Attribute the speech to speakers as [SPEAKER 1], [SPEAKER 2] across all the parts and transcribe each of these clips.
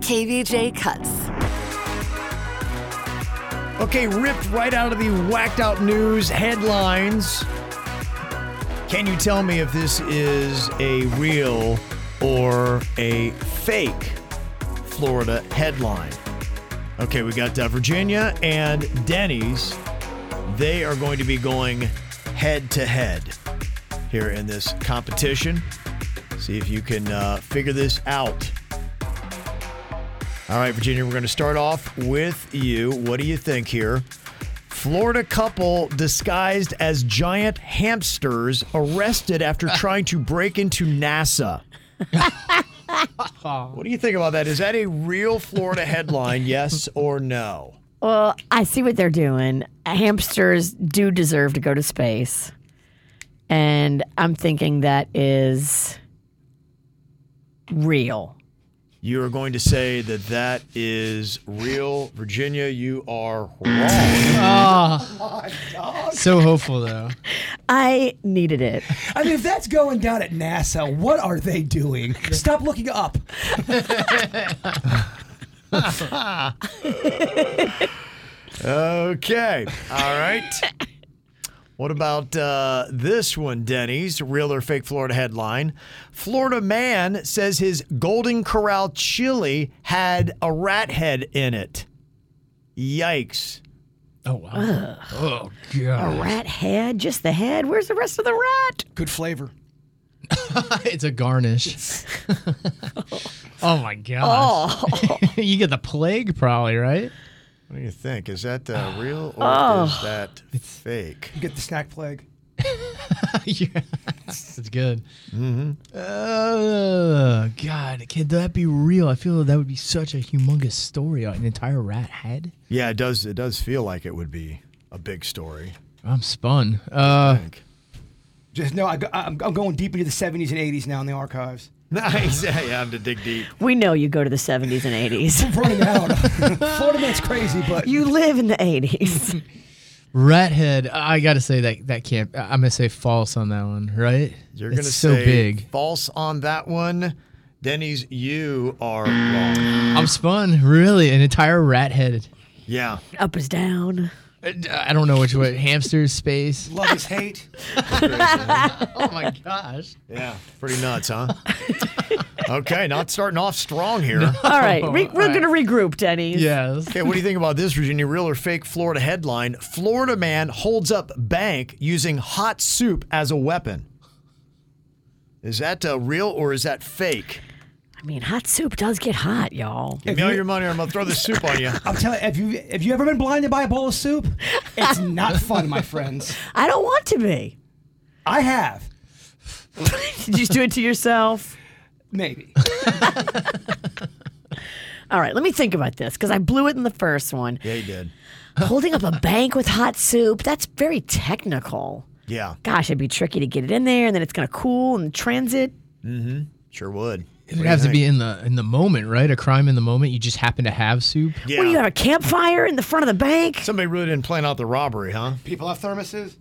[SPEAKER 1] KVJ Cuts.
[SPEAKER 2] Okay, ripped right out of the whacked out news headlines. Can you tell me if this is a real or a fake Florida headline? Okay, we got uh, Virginia and Denny's. They are going to be going head to head here in this competition. See if you can uh, figure this out. All right, Virginia, we're going to start off with you. What do you think here? Florida couple disguised as giant hamsters arrested after trying to break into NASA. what do you think about that? Is that a real Florida headline, yes or no?
[SPEAKER 3] Well, I see what they're doing. Hamsters do deserve to go to space. And I'm thinking that is real.
[SPEAKER 2] You are going to say that that is real. Virginia, you are wrong.
[SPEAKER 4] So hopeful though.
[SPEAKER 3] I needed it.
[SPEAKER 5] I mean, if that's going down at NASA, what are they doing? Stop looking up.
[SPEAKER 2] Okay. All right. What about uh, this one, Denny's? Real or fake Florida headline? Florida man says his Golden Corral chili had a rat head in it. Yikes.
[SPEAKER 4] Oh wow. Oh
[SPEAKER 3] A
[SPEAKER 4] god.
[SPEAKER 3] rat head, just the head. Where's the rest of the rat?
[SPEAKER 5] Good flavor.
[SPEAKER 4] it's a garnish. oh my gosh.
[SPEAKER 3] Oh,
[SPEAKER 4] you get the plague probably, right?
[SPEAKER 2] What do you think? Is that uh, real or
[SPEAKER 4] Oh.
[SPEAKER 2] is that fake?
[SPEAKER 5] You get the snack plague.
[SPEAKER 4] yeah. It's good. Mm-hmm. Oh god, could that be real? I feel that would be such a humongous story. An entire rat head.
[SPEAKER 2] Yeah, it does. It does feel like it would be a big story.
[SPEAKER 4] I'm spun. Uh,
[SPEAKER 5] Just no. I, am I'm going deep into the 70s and 80s now in the archives.
[SPEAKER 2] Nice. Yeah, yeah, I'm to dig deep.
[SPEAKER 3] we know you go to the 70s and 80s.
[SPEAKER 5] Running out. Florida man's crazy, but
[SPEAKER 3] You live in the 80s.
[SPEAKER 4] rat head. I gotta say that that can't. I- I'm gonna say false on that one, right?
[SPEAKER 2] You're
[SPEAKER 4] It's
[SPEAKER 2] gonna
[SPEAKER 4] so
[SPEAKER 2] say
[SPEAKER 4] big.
[SPEAKER 2] false on that one. Denny's, you are wrong.
[SPEAKER 4] I'm spun. Really, an entire rat head.
[SPEAKER 2] Yeah.
[SPEAKER 3] Up is down.
[SPEAKER 4] Uh, I don't know which way. Hamsters, space.
[SPEAKER 5] love is hate.
[SPEAKER 4] Oh my gosh.
[SPEAKER 2] Yeah. Pretty nuts, huh? okay, not starting off strong here.
[SPEAKER 3] All right, we, we're
[SPEAKER 4] All right.
[SPEAKER 3] going to regroup, Denny.
[SPEAKER 4] Yes.
[SPEAKER 2] Okay, what do you think about this, Virginia? Real or fake Florida headline? Florida man holds up bank using hot soup as a weapon. Is that uh, real or is that fake?
[SPEAKER 3] I mean, hot soup does get hot, y'all.
[SPEAKER 2] Give me all your money or I'm going to throw the soup on you.
[SPEAKER 5] I'm telling. Have you have you ever been blinded by a bowl of soup? It's not fun, my friends.
[SPEAKER 3] I don't want to be.
[SPEAKER 5] I have
[SPEAKER 3] Did you do it to yourself?
[SPEAKER 5] maybe.
[SPEAKER 3] All right, let me think about this because I blew it in the first one.
[SPEAKER 2] Yeah, you did.
[SPEAKER 3] Holding up a bank with hot soup, that's very technical.
[SPEAKER 2] Yeah,
[SPEAKER 3] Gosh, it'd be tricky to get it in there and then it's going to cool and transit.
[SPEAKER 2] sure would.
[SPEAKER 4] It has to be in the in the moment, right? A crime in the moment. You just happen to have soup.
[SPEAKER 2] Yeah.
[SPEAKER 3] What do you have a campfire in the front of the bank?
[SPEAKER 2] Somebody really didn't plan out the robbery, huh?
[SPEAKER 5] People have thermoses.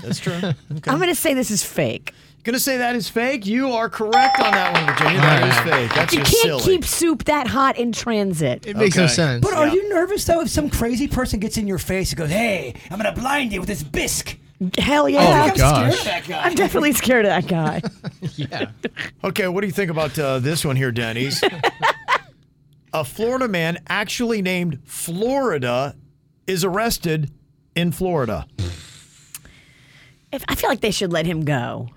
[SPEAKER 2] That's true.
[SPEAKER 3] I'm going to say this is fake.
[SPEAKER 2] Gonna say that is fake. You are correct on that one, Virginia. That is fake. That's
[SPEAKER 3] You
[SPEAKER 2] just
[SPEAKER 3] can't
[SPEAKER 2] silly.
[SPEAKER 3] keep soup that hot in transit.
[SPEAKER 4] It makes no
[SPEAKER 2] Okay.
[SPEAKER 4] sense.
[SPEAKER 5] But are you nervous though if some crazy person gets in your face and goes, "Hey, I'm gonna blind you with this bisque"?
[SPEAKER 3] Hell
[SPEAKER 4] Oh
[SPEAKER 3] yeah.
[SPEAKER 4] my gosh.
[SPEAKER 5] That guy.
[SPEAKER 3] I'm definitely scared of that guy.
[SPEAKER 2] Okay, what do you think about uh, this one here, Denny's? A Florida man actually named Florida is arrested in Florida.
[SPEAKER 3] if, I feel like they should let him go.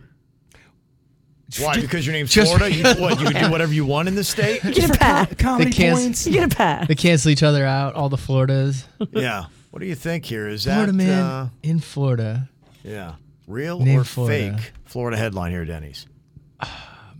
[SPEAKER 2] Why? Because your name's
[SPEAKER 4] just-
[SPEAKER 2] Florida. You, what? You can do whatever you want in this state.
[SPEAKER 3] Get a pass.
[SPEAKER 5] Comedy
[SPEAKER 4] can't-
[SPEAKER 5] points.
[SPEAKER 3] You get a pass.
[SPEAKER 4] They cancel each other out. All the Floridas.
[SPEAKER 2] Yeah. What do you think here? Is that
[SPEAKER 4] Florida man
[SPEAKER 2] uh,
[SPEAKER 4] in Florida.
[SPEAKER 2] yeah real
[SPEAKER 4] Named
[SPEAKER 2] or
[SPEAKER 4] Florida.
[SPEAKER 2] fake Florida headline here, Denny's?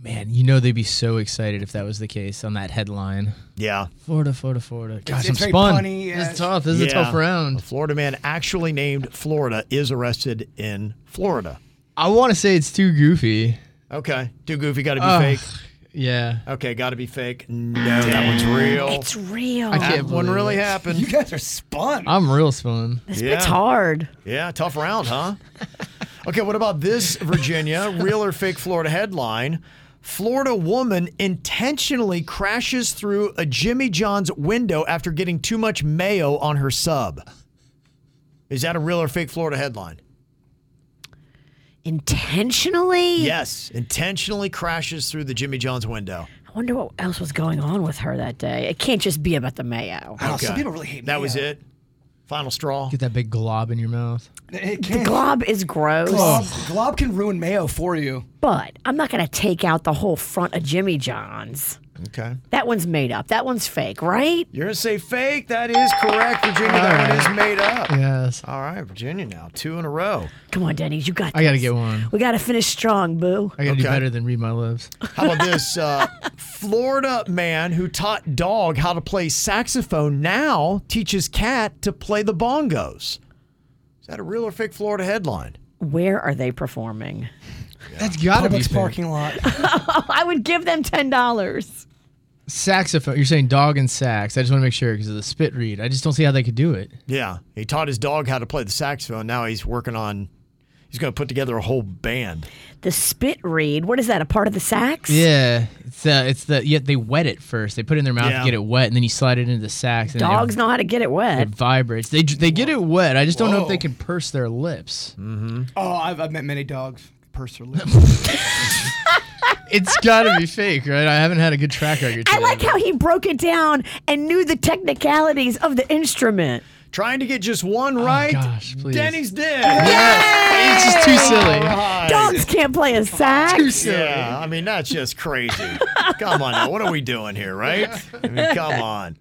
[SPEAKER 4] Man, you know they'd be so excited if that was the case on that headline.
[SPEAKER 2] Yeah.
[SPEAKER 4] Florida, Florida, Florida. Gosh,
[SPEAKER 5] it's
[SPEAKER 4] I'm
[SPEAKER 5] very
[SPEAKER 4] spun.
[SPEAKER 5] punny,
[SPEAKER 4] This
[SPEAKER 5] uh,
[SPEAKER 4] is tough. This is a tough
[SPEAKER 2] Yeah.
[SPEAKER 4] round.
[SPEAKER 2] A Florida man actually named Florida is arrested in Florida.
[SPEAKER 4] I want to say it's too goofy.
[SPEAKER 2] Okay. Too goofy, got to be
[SPEAKER 4] Ugh.
[SPEAKER 2] fake.
[SPEAKER 4] Yeah.
[SPEAKER 2] Okay, got to be fake. No, that one's real.
[SPEAKER 3] It's real.
[SPEAKER 4] I can't
[SPEAKER 2] that one
[SPEAKER 4] believe
[SPEAKER 2] really
[SPEAKER 4] it.
[SPEAKER 2] happened.
[SPEAKER 5] You guys are spun.
[SPEAKER 4] I'm real spun.
[SPEAKER 3] This
[SPEAKER 2] Yeah.
[SPEAKER 3] bit's hard.
[SPEAKER 2] Yeah, tough round, huh? okay, what about this, Virginia? Real or fake Florida headline? Florida woman intentionally crashes through a Jimmy John's window after getting too much mayo on her sub. Is that a real or fake Florida headline?
[SPEAKER 3] Intentionally?
[SPEAKER 2] Yes, intentionally crashes through the Jimmy John's window.
[SPEAKER 3] I wonder what else was going on with her that day. It can't just be about the mayo.
[SPEAKER 5] Oh, some people really hate
[SPEAKER 2] That
[SPEAKER 5] mayo.
[SPEAKER 2] was it. Final straw.
[SPEAKER 4] Get that big glob in your mouth.
[SPEAKER 5] It
[SPEAKER 3] The
[SPEAKER 5] can,
[SPEAKER 3] glob is gross,
[SPEAKER 5] glob, glob can ruin mayo for you.
[SPEAKER 3] but I'm not going to take out the whole front of Jimmy John's.
[SPEAKER 2] Okay.
[SPEAKER 3] That one's made up. That one's fake, right?
[SPEAKER 2] You're going to say fake. That is correct, Virginia. That one is made up.
[SPEAKER 4] Yes.
[SPEAKER 2] All right, Virginia now. Two in a row.
[SPEAKER 3] Come on, Denny's, you got
[SPEAKER 4] I got to
[SPEAKER 3] this.
[SPEAKER 4] get one.
[SPEAKER 3] We got to finish strong, boo.
[SPEAKER 4] I got to do
[SPEAKER 2] Okay.
[SPEAKER 4] better than read my lips.
[SPEAKER 2] How about this? Uh, Florida man who taught dog how to play saxophone now teaches cat to play the bongos. Is that a real or fake Florida headline?
[SPEAKER 3] Where are they performing?
[SPEAKER 4] That's got to be
[SPEAKER 5] Publix
[SPEAKER 4] fake.
[SPEAKER 5] parking lot.
[SPEAKER 3] I would give them $10.
[SPEAKER 4] Saxophone. You're saying dog and sax. I just want to make sure because of the spit read. I just don't see how they could do it.
[SPEAKER 2] Yeah. He taught his dog how to play the saxophone. Now he's working on, he's going to put together a whole band.
[SPEAKER 3] The spit read, what is that, a part of the sax?
[SPEAKER 4] Yeah. It's the, it's the, yet they wet it first. They put it in their mouth
[SPEAKER 2] Yeah.
[SPEAKER 4] to get it wet, and then you slide it into the sax. And
[SPEAKER 3] Dogs
[SPEAKER 4] it,
[SPEAKER 3] know how to get it wet.
[SPEAKER 4] it vibrates. They, they get it wet. I just don't know if
[SPEAKER 5] Whoa.
[SPEAKER 4] they can purse their lips.
[SPEAKER 5] Oh, I've, I've met many dogs. Purse or lip.
[SPEAKER 4] It's got to be fake, right? I haven't had a good track record.
[SPEAKER 3] I
[SPEAKER 4] today.
[SPEAKER 3] like how he broke it down and knew the technicalities of the instrument.
[SPEAKER 2] Trying to get just one right.
[SPEAKER 4] Oh, gosh, please.
[SPEAKER 2] Denny's did.
[SPEAKER 4] Yeah, it's just too silly.
[SPEAKER 3] Dogs can't play a
[SPEAKER 4] Too
[SPEAKER 3] sax.
[SPEAKER 4] silly.
[SPEAKER 2] Yeah, I mean that's just crazy. come on, now, what are we doing here, right? I mean, come on.